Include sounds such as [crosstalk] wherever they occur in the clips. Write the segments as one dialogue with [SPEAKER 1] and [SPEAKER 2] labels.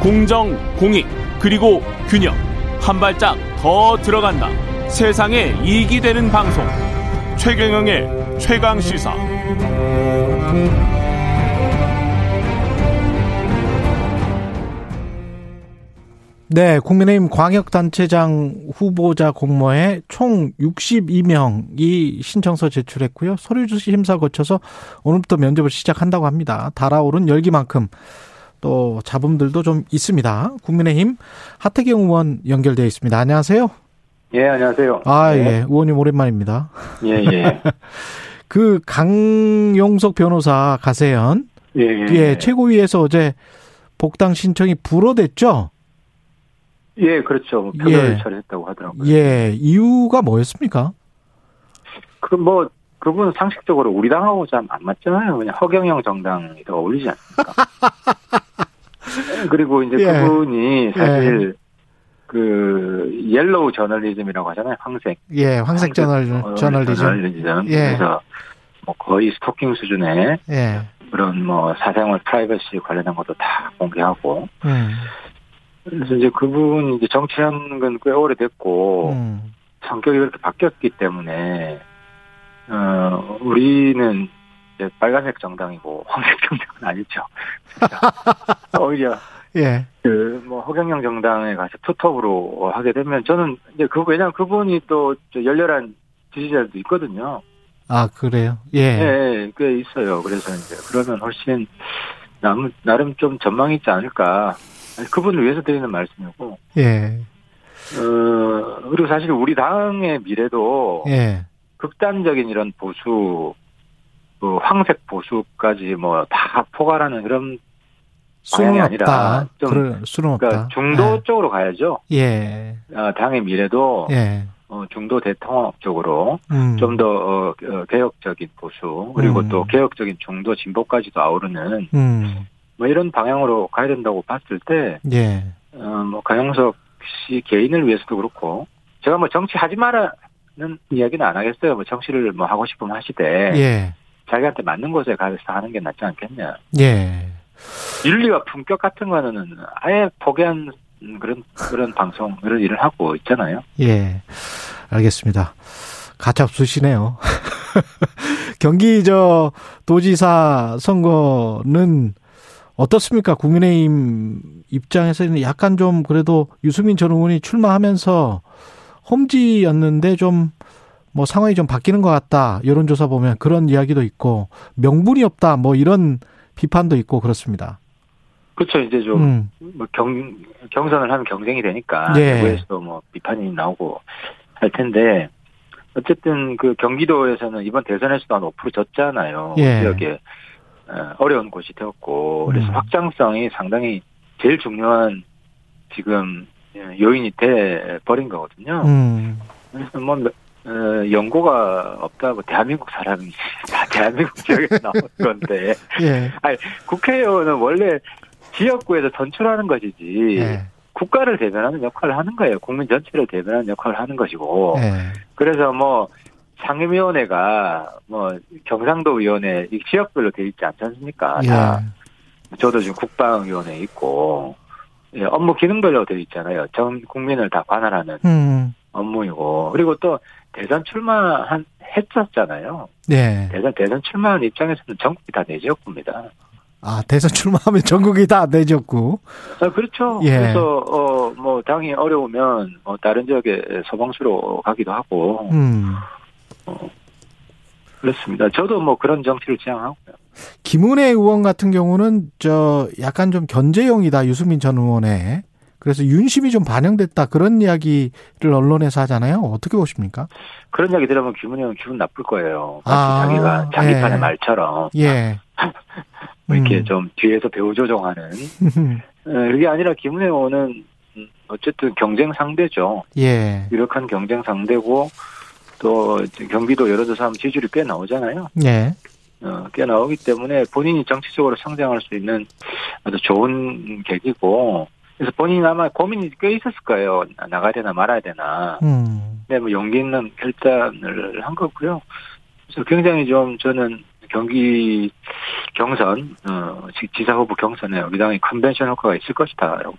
[SPEAKER 1] 공정, 공익, 그리고 균형. 한 발짝 더 들어간다. 세상에 이익이 되는 방송. 최경영의 최강 시사.
[SPEAKER 2] 네, 국민의힘 광역단체장 후보자 공모에 총 62명이 신청서 제출했고요. 서류조사 심사 거쳐서 오늘부터 면접을 시작한다고 합니다. 달아오른 열기만큼 또 잡음들도 좀 있습니다. 국민의힘 하태경 의원 연결돼 있습니다. 안녕하세요.
[SPEAKER 3] 예, 안녕하세요.
[SPEAKER 2] 아,
[SPEAKER 3] 네.
[SPEAKER 2] 예. 의원님 오랜만입니다.
[SPEAKER 3] 예, 예.
[SPEAKER 2] 그 강용석 변호사 가세연
[SPEAKER 3] 예, 예.
[SPEAKER 2] 예, 최고위에서 어제 복당 신청이 불어됐죠?
[SPEAKER 3] 예, 그렇죠.
[SPEAKER 2] 예.
[SPEAKER 3] 표결을 처리했다고 하더라고요.
[SPEAKER 2] 예, 이유가 뭐였습니까?
[SPEAKER 3] 그 뭐, 그분 상식적으로 우리 당하고 참 안 맞잖아요. 그냥 허경영 정당이 더
[SPEAKER 2] [laughs]
[SPEAKER 3] 어울리지 않습니까? 그리고 이제
[SPEAKER 2] 예.
[SPEAKER 3] 그분이 사실 그 옐로우 저널리즘이라고 하잖아요. 황색.
[SPEAKER 2] 예, 황색 저널, 저널리즘.
[SPEAKER 3] 저널리즘.
[SPEAKER 2] 예.
[SPEAKER 3] 그래서 뭐 거의 스토킹 수준의
[SPEAKER 2] 예.
[SPEAKER 3] 그런 뭐 사생활 프라이버시 관련된 것도 다 공개하고
[SPEAKER 2] 음.
[SPEAKER 3] 그래서 이제 그분 이제 정치한 건 꽤 오래됐고
[SPEAKER 2] 음.
[SPEAKER 3] 성격이 그렇게 바뀌었기 때문에 어 우리는 이제 빨간색 정당이고 황색 정당은 아니죠. 그러니까 오히려
[SPEAKER 2] 예.
[SPEAKER 3] 그 뭐 허경영 정당에 가서 투톱으로 하게 되면 저는 이제 그 왜냐면 그분이 또저 열렬한 지지자들도 있거든요.
[SPEAKER 2] 아, 그래요?
[SPEAKER 3] 예,
[SPEAKER 2] 예.
[SPEAKER 3] 예, 꽤 있어요. 그래서 이제 그러면 훨씬 남, 나름 좀 전망이 있지 않을까. 아니, 그분을 위해서 드리는 말씀이고.
[SPEAKER 2] 예.
[SPEAKER 3] 어 그리고 사실 우리 당의 미래도
[SPEAKER 2] 예.
[SPEAKER 3] 극단적인 이런 보수, 그 황색 보수까지 뭐 다 포괄하는 그런
[SPEAKER 2] 수는
[SPEAKER 3] 아니라
[SPEAKER 2] 없다.
[SPEAKER 3] 좀
[SPEAKER 2] 그럴 수는 없다.
[SPEAKER 3] 그러니까 중도 쪽으로 가야죠.
[SPEAKER 2] 예.
[SPEAKER 3] 아, 당의 미래도
[SPEAKER 2] 예. 예.
[SPEAKER 3] 어, 중도 대통합 쪽으로
[SPEAKER 2] 음.
[SPEAKER 3] 좀 더 어, 어, 개혁적인 보수 그리고
[SPEAKER 2] 음.
[SPEAKER 3] 또 개혁적인 중도 진보까지도 아우르는
[SPEAKER 2] 음.
[SPEAKER 3] 뭐 이런 방향으로 가야 된다고 봤을 때
[SPEAKER 2] 예.
[SPEAKER 3] 어, 뭐 강영석 씨 개인을 위해서도 그렇고 제가 뭐 정치 하지 마라는 이야기는 안 하겠어요. 뭐 정치를 뭐 하고 싶으면 하시되
[SPEAKER 2] 예.
[SPEAKER 3] 자기한테 맞는 곳에 가서 하는 게 낫지 않겠냐.
[SPEAKER 2] 예.
[SPEAKER 3] 윤리와 품격 같은 거는 아예 포기한 그런 그런 방송 그런 일을 하고 있잖아요.
[SPEAKER 2] 예. 알겠습니다. 가찹수시네요. [laughs] 경기 저 도지사 선거는 어떻습니까? 국민의힘 입장에서는 약간 좀 그래도 유승민 전 의원이 출마하면서 홈지였는데 좀 뭐 상황이 좀 바뀌는 것 같다. 여론조사 보면 그런 이야기도 있고 명분이 없다. 뭐 이런 비판도 있고 그렇습니다.
[SPEAKER 3] 그렇죠. 이제
[SPEAKER 2] 음,
[SPEAKER 3] 좀 뭐 경 경선을 하면 경쟁이 되니까
[SPEAKER 2] 예.
[SPEAKER 3] 내부에서도 뭐 비판이 나오고 할 텐데 어쨌든 그 경기도에서는 이번 대선에서도 한 5% 졌잖아요.
[SPEAKER 2] 예.
[SPEAKER 3] 지역에 어, 어려운 곳이 되었고 그래서
[SPEAKER 2] 음.
[SPEAKER 3] 확장성이 상당히 제일 중요한 지금 예, 요인이 돼 버린 거거든요.
[SPEAKER 2] 음,
[SPEAKER 3] 그래서 뭐 어, 연고가 없다 뭐 대한민국 사람이 다 [laughs] 대한민국 지역에서 나온 건데
[SPEAKER 2] 예,
[SPEAKER 3] 국회의원은 원래 지역구에서 선출하는 것이지
[SPEAKER 2] 예,
[SPEAKER 3] 국가를 대변하는 역할을 하는 거예요 국민 전체를 대변하는 역할을 하는 것이고
[SPEAKER 2] 예,
[SPEAKER 3] 그래서 뭐 상임위원회가 뭐 경상도 위원회 이 지역별로 돼 있지 않지 않습니까 다
[SPEAKER 2] 예,
[SPEAKER 3] 저도 지금 국방위원회 있고 예, 업무 기능별로 돼 있잖아요 전 국민을 다 관할하는
[SPEAKER 2] 음,
[SPEAKER 3] 업무이고 그리고 또 대선 출마한 했었잖아요.
[SPEAKER 2] 예.
[SPEAKER 3] 대선 대선 출마한 입장에서는 전국이 다 내지였습니다.
[SPEAKER 2] 아, 대선 출마하면 [laughs] 전국이 다 내졌고.
[SPEAKER 3] 아, 그렇죠.
[SPEAKER 2] 예.
[SPEAKER 3] 그래서 어 뭐 당이 어려우면 뭐 다른 지역에 소방수로 가기도 하고
[SPEAKER 2] 음.
[SPEAKER 3] 그렇습니다. 저도 뭐 그런 정치를 지향하고요.
[SPEAKER 2] 김은혜 의원 같은 경우는 저 약간 좀 견제용이다 유승민 전 의원의. 그래서 윤심이 좀 반영됐다 그런 이야기를 언론에서 하잖아요. 어떻게 보십니까?
[SPEAKER 3] 그런 이야기 들으면 기분이 기분 나쁠 거예요.
[SPEAKER 2] 아,
[SPEAKER 3] 마치 자기가 자기
[SPEAKER 2] 예. 음.
[SPEAKER 3] 판의 말처럼 [laughs]
[SPEAKER 2] 예.
[SPEAKER 3] 뭐 이렇게 좀 뒤에서 배우 조종하는
[SPEAKER 2] 음.
[SPEAKER 3] 에, 그게 아니라 김은혜 의원은 음, 어쨌든 경쟁 상대죠.
[SPEAKER 2] [laughs] 예.
[SPEAKER 3] 유력한 경쟁 상대고 또 이제 경기도 여론조사 하면 지지율이 꽤 나오잖아요.
[SPEAKER 2] 예.
[SPEAKER 3] 어, 꽤 나오기 때문에 본인이 정치적으로 성장할 수 있는 아주 좋은 계기고 그래서 본인이 아마 고민이 꽤 있었을 거예요. 나- 나가야 되나 말아야 되나.
[SPEAKER 2] 음.
[SPEAKER 3] 근데 뭐 용기 있는 결단을 한 거고요. 그래서 굉장히 좀 저는 경기 경선, 어, 지- 지사 후보 경선에 우리 당이 컨벤션 효과가 있을 것이다라고.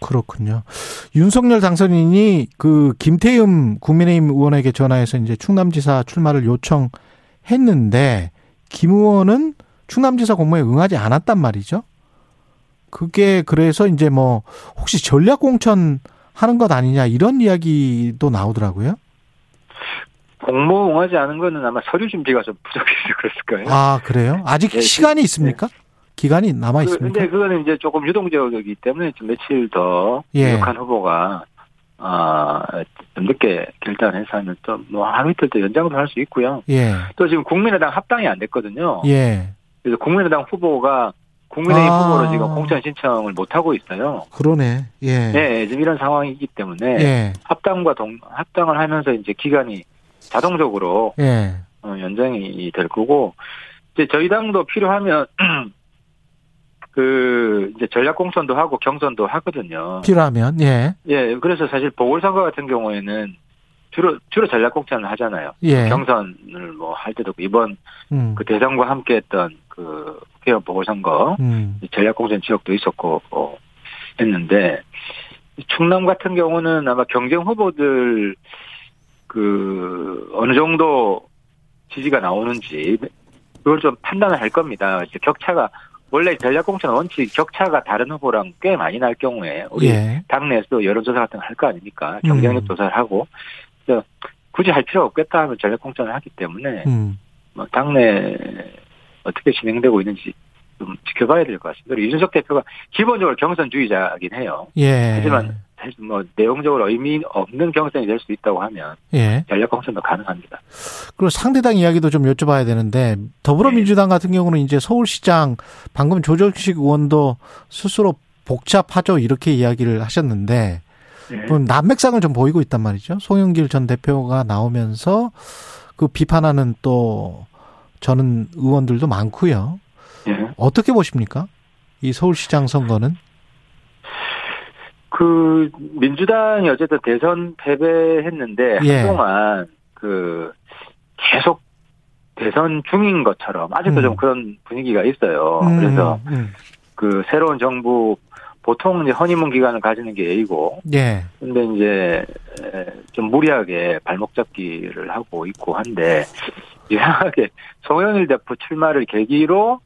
[SPEAKER 2] 그렇군요. 윤석열 당선인이 그 김태흠 국민의힘 의원에게 전화해서 이제 충남지사 출마를 요청했는데 김 의원은 충남지사 공모에 응하지 않았단 말이죠. 그게 그래서 이제 뭐 혹시 전략 공천 하는 것 아니냐 이런 이야기도 나오더라고요.
[SPEAKER 3] 공모 응하지 않은 거는 아마 서류 준비가 좀 부족해서 그랬을 거예요.
[SPEAKER 2] 아 그래요? 아직
[SPEAKER 3] 네,
[SPEAKER 2] 시간이 있습니까? 기간이 남아
[SPEAKER 3] 그,
[SPEAKER 2] 있습니까?
[SPEAKER 3] 근데 그거는 이제 조금 유동적이기 때문에 좀 며칠 더
[SPEAKER 2] 예.
[SPEAKER 3] 유력한 후보가 아, 좀 늦게 결단해서 하면 또 뭐 하루 이틀 더 연장은 할 수 있고요.
[SPEAKER 2] 예,
[SPEAKER 3] 또 지금 국민의당 합당이 안 됐거든요.
[SPEAKER 2] 예,
[SPEAKER 3] 그래서 국민의당 후보가 국민의힘
[SPEAKER 2] 아.
[SPEAKER 3] 후보로 지금 공천 신청을 못 하고 있어요.
[SPEAKER 2] 그러네. 예,
[SPEAKER 3] 네, 지금 이런 상황이기 때문에
[SPEAKER 2] 예,
[SPEAKER 3] 합당과 동 합당을 하면서 이제 기간이 자동적으로
[SPEAKER 2] 예.
[SPEAKER 3] 어, 연장이 될 거고 이제 저희 당도 필요하면 [clears throat] 그 이제 전략 공천도 하고 경선도 하거든요.
[SPEAKER 2] 필요하면 예,
[SPEAKER 3] 예, 그래서 사실 보궐선거 같은 경우에는 주로 주로 전략 공천을 하잖아요.
[SPEAKER 2] 예.
[SPEAKER 3] 그 경선을 뭐 할 때도 있고 이번
[SPEAKER 2] 음.
[SPEAKER 3] 그 대선과 함께했던 그 국회의원 보궐선거
[SPEAKER 2] 음.
[SPEAKER 3] 전략공천 지역도 있었고 어, 했는데 충남 같은 경우는 아마 경쟁 후보들 그 어느 정도 지지가 나오는지 그걸 좀 판단을 할 겁니다. 이제 격차가 원래 전략공천 원칙 격차가 다른 후보랑 꽤 많이 날 경우에 우리
[SPEAKER 2] 예.
[SPEAKER 3] 당내에서도 여론조사 같은 거 할 거 아닙니까?
[SPEAKER 2] 음.
[SPEAKER 3] 경쟁력 조사를 하고 그래서 굳이 할 필요 없겠다 하면 전략공천을 하기 때문에
[SPEAKER 2] 음.
[SPEAKER 3] 뭐 당내 어떻게 진행되고 있는지 좀 지켜봐야 될 것 같습니다. 그리고 이준석 대표가 기본적으로 경선주의자긴 해요.
[SPEAKER 2] 예.
[SPEAKER 3] 하지만- 사실 뭐 내용적으로 의미 없는 경선이 될 수 있다고 하면
[SPEAKER 2] 예.
[SPEAKER 3] 전략 경선도 가능합니다.
[SPEAKER 2] 그리고 상대당 이야기도 좀 여쭤봐야 되는데
[SPEAKER 3] 네.
[SPEAKER 2] 더불어민주당 같은 경우는 이제 서울시장 방금 조정식 의원도 스스로 복잡하죠 이렇게 이야기를 하셨는데
[SPEAKER 3] 네.
[SPEAKER 2] 그럼 난맥상을 좀 보이고 있단 말이죠. 송영길 전 대표가 나오면서 그 비판하는 또 저는 의원들도 많고요.
[SPEAKER 3] 예.
[SPEAKER 2] 어떻게 보십니까? 이 서울시장 선거는
[SPEAKER 3] 그 민주당이 어쨌든 대선 패배했는데
[SPEAKER 2] 예.
[SPEAKER 3] 한동안 그 계속 대선 중인 것처럼 아직도
[SPEAKER 2] 음.
[SPEAKER 3] 좀 그런 분위기가 있어요.
[SPEAKER 2] 음,
[SPEAKER 3] 그래서
[SPEAKER 2] 음.
[SPEAKER 3] 그 새로운 정부 보통 이제 허니문 기간을 가지는 게 A고
[SPEAKER 2] 예.
[SPEAKER 3] 근데 이제 에, 좀 무리하게 발목 잡기를 하고 있고 한데 이상하게 [laughs] 송영일 대표 출마를 계기로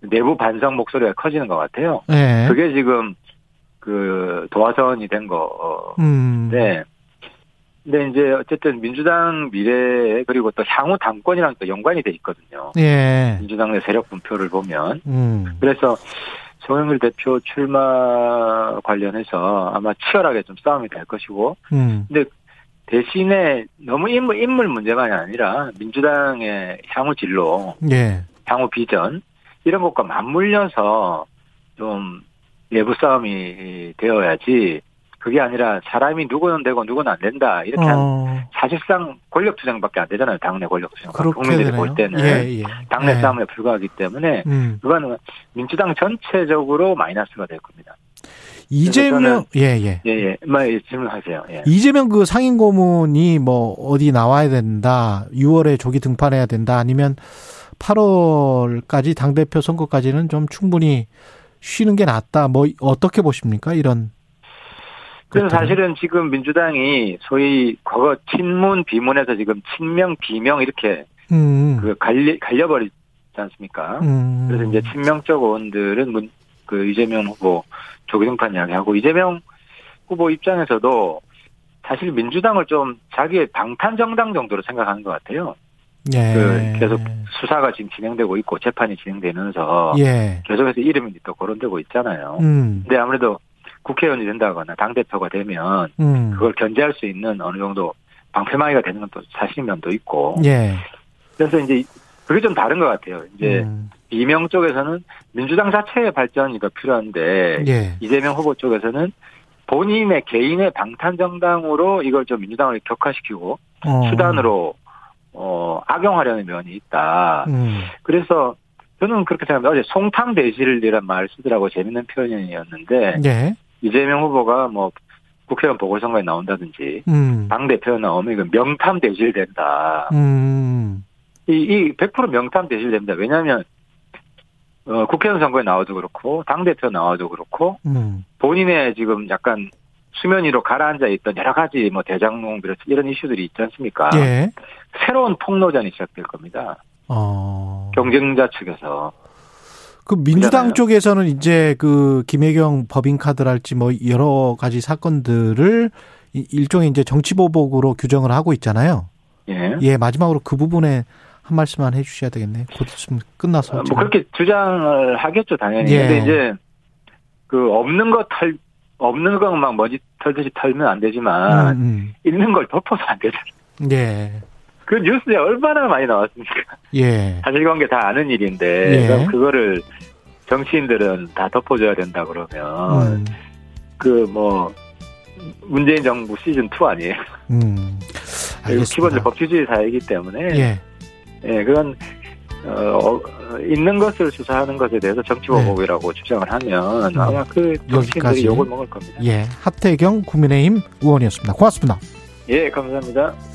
[SPEAKER 3] 내부 반성 목소리가 커지는 것 같아요.
[SPEAKER 2] 예.
[SPEAKER 3] 그게 지금 그 도화선이 된 거인데 어,
[SPEAKER 2] 음.
[SPEAKER 3] 네. 근데 이제 어쨌든 민주당 미래 그리고 또 향후 당권이랑 또 연관이 돼 있거든요.
[SPEAKER 2] 예.
[SPEAKER 3] 민주당 내 세력 분표를 보면
[SPEAKER 2] 음.
[SPEAKER 3] 그래서 송영일 대표 출마 관련해서 아마 치열하게 좀 싸움이 될 것이고
[SPEAKER 2] 음.
[SPEAKER 3] 대신에 너무 인물, 인물 문제만이 아니라 민주당의 향후 진로,
[SPEAKER 2] 예.
[SPEAKER 3] 향후 비전 이런 것과 맞물려서 좀 내부 싸움이 되어야지 그게 아니라 사람이 누구는 되고 누구는 안 된다 이렇게 한
[SPEAKER 2] 어,
[SPEAKER 3] 사실상 권력 투쟁밖에 안 되잖아요 당내 권력 투쟁 국민들이
[SPEAKER 2] 되네요.
[SPEAKER 3] 볼 때는
[SPEAKER 2] 예, 예.
[SPEAKER 3] 당내
[SPEAKER 2] 예.
[SPEAKER 3] 싸움에 불과하기 때문에
[SPEAKER 2] 음.
[SPEAKER 3] 그거는 민주당 전체적으로 마이너스가 될 겁니다.
[SPEAKER 2] 이재명 예예.
[SPEAKER 3] 예예, 말 질문하세요. 예.
[SPEAKER 2] 이재명 그 상임 고문이 뭐 어디 나와야 된다. 6월에 조기 등판해야 된다. 아니면 8월까지 당 대표 선거까지는 좀 충분히 쉬는 게 낫다. 뭐 어떻게 보십니까? 이런 것들은.
[SPEAKER 3] 그래서 사실은 지금 민주당이 소위 과거 친문 비문에서 지금 친명 비명 이렇게
[SPEAKER 2] 음.
[SPEAKER 3] 그 갈리, 갈려버리지 않습니까?
[SPEAKER 2] 음.
[SPEAKER 3] 그래서 이제 친명적 의원들은 문- 그 이재명 후보 조기등판 이야기하고 이재명 후보 입장에서도 사실 민주당을 좀 자기의 방탄 정당 정도로 생각하는 것 같아요.
[SPEAKER 2] 예.
[SPEAKER 3] 그 계속 어, 수사가 지금 진행되고 있고 재판이 진행되면서
[SPEAKER 2] 예.
[SPEAKER 3] 계속해서 이름이 또 거론되고 있잖아요.
[SPEAKER 2] 음.
[SPEAKER 3] 근데 아무래도 국회의원이 된다거나 당 대표가 되면
[SPEAKER 2] 음.
[SPEAKER 3] 그걸 견제할 수 있는 어느 정도 방패망이가 되는 것도 사실면도 있고
[SPEAKER 2] 예.
[SPEAKER 3] 그래서 이제 그게 좀 다른 것 같아요. 이제
[SPEAKER 2] 음.
[SPEAKER 3] 이명 쪽에서는 민주당 자체의 발전이 더 필요한데
[SPEAKER 2] 예.
[SPEAKER 3] 이재명 후보 쪽에서는 본인의 개인의 방탄 정당으로 이걸 좀 민주당을 격화시키고
[SPEAKER 2] 어.
[SPEAKER 3] 수단으로 어 악용하려는 면이 있다.
[SPEAKER 2] 음.
[SPEAKER 3] 그래서 저는 그렇게 생각합니다. 어제 송탐 대실이란 말 쓰더라고 재밌는 표현이었는데
[SPEAKER 2] 예.
[SPEAKER 3] 이재명 후보가 뭐 국회의원 보궐선거에 나온다든지
[SPEAKER 2] 음.
[SPEAKER 3] 당 대표 나오면 이거 명탐 대실 된다.
[SPEAKER 2] 음.
[SPEAKER 3] 이, 이100% 명탐 대실됩니다. 왜냐하면 어, 국회의원 선거에 나와도 그렇고 당 대표 나와도 그렇고
[SPEAKER 2] 음.
[SPEAKER 3] 본인의 지금 약간 수면 위로 가라앉아 있던 여러 가지 뭐 대장농 비롯 이런 이슈들이 있지 않습니까?
[SPEAKER 2] 예.
[SPEAKER 3] 새로운 폭로전이 시작될 겁니다.
[SPEAKER 2] 어.
[SPEAKER 3] 경쟁자 측에서
[SPEAKER 2] 그 민주당
[SPEAKER 3] 그러잖아요.
[SPEAKER 2] 쪽에서는 이제 그 김혜경 법인카드랄지 뭐 여러 가지 사건들을 이- 일종의 이제 정치보복으로 규정을 하고 있잖아요.
[SPEAKER 3] 예.
[SPEAKER 2] 예, 마지막으로 그 부분에 한 말씀만 해주셔야 되겠네요. 곧 있으면 끝나서.
[SPEAKER 3] 어, 뭐
[SPEAKER 2] 제가.
[SPEAKER 3] 그렇게 주장을 하겠죠 당연히.
[SPEAKER 2] 예.
[SPEAKER 3] 근데 이제 그 없는 거털 없는 것만 먼지 털듯이 털면 안 되지만
[SPEAKER 2] 음,
[SPEAKER 3] 있는 걸 덮어서 안 되잖아요.
[SPEAKER 2] 음. 예,
[SPEAKER 3] 그 뉴스에 얼마나 많이 나왔습니까?
[SPEAKER 2] 예,
[SPEAKER 3] 사실관계 다 아는 일인데
[SPEAKER 2] 예.
[SPEAKER 3] 그럼 그거를 정치인들은 다 덮어줘야 된다 그러면
[SPEAKER 2] 음,
[SPEAKER 3] 그 뭐 문재인 정부 시즌 2 아니에요? [laughs] 예,
[SPEAKER 2] 음.
[SPEAKER 3] 기본적
[SPEAKER 2] 알겠습니다.
[SPEAKER 3] 법치주의 사회이기 때문에
[SPEAKER 2] 예,
[SPEAKER 3] 예, 그건 어, 어, 있는 것을 수사하는 것에 대해서 정치보복이라고 주장을 하면 아마 그
[SPEAKER 2] 네. 여기까지.
[SPEAKER 3] 정치인들이 욕을 먹을 겁니다.
[SPEAKER 2] 예. 하태경 국민의힘 의원이었습니다. 고맙습니다.
[SPEAKER 3] 예, 감사합니다.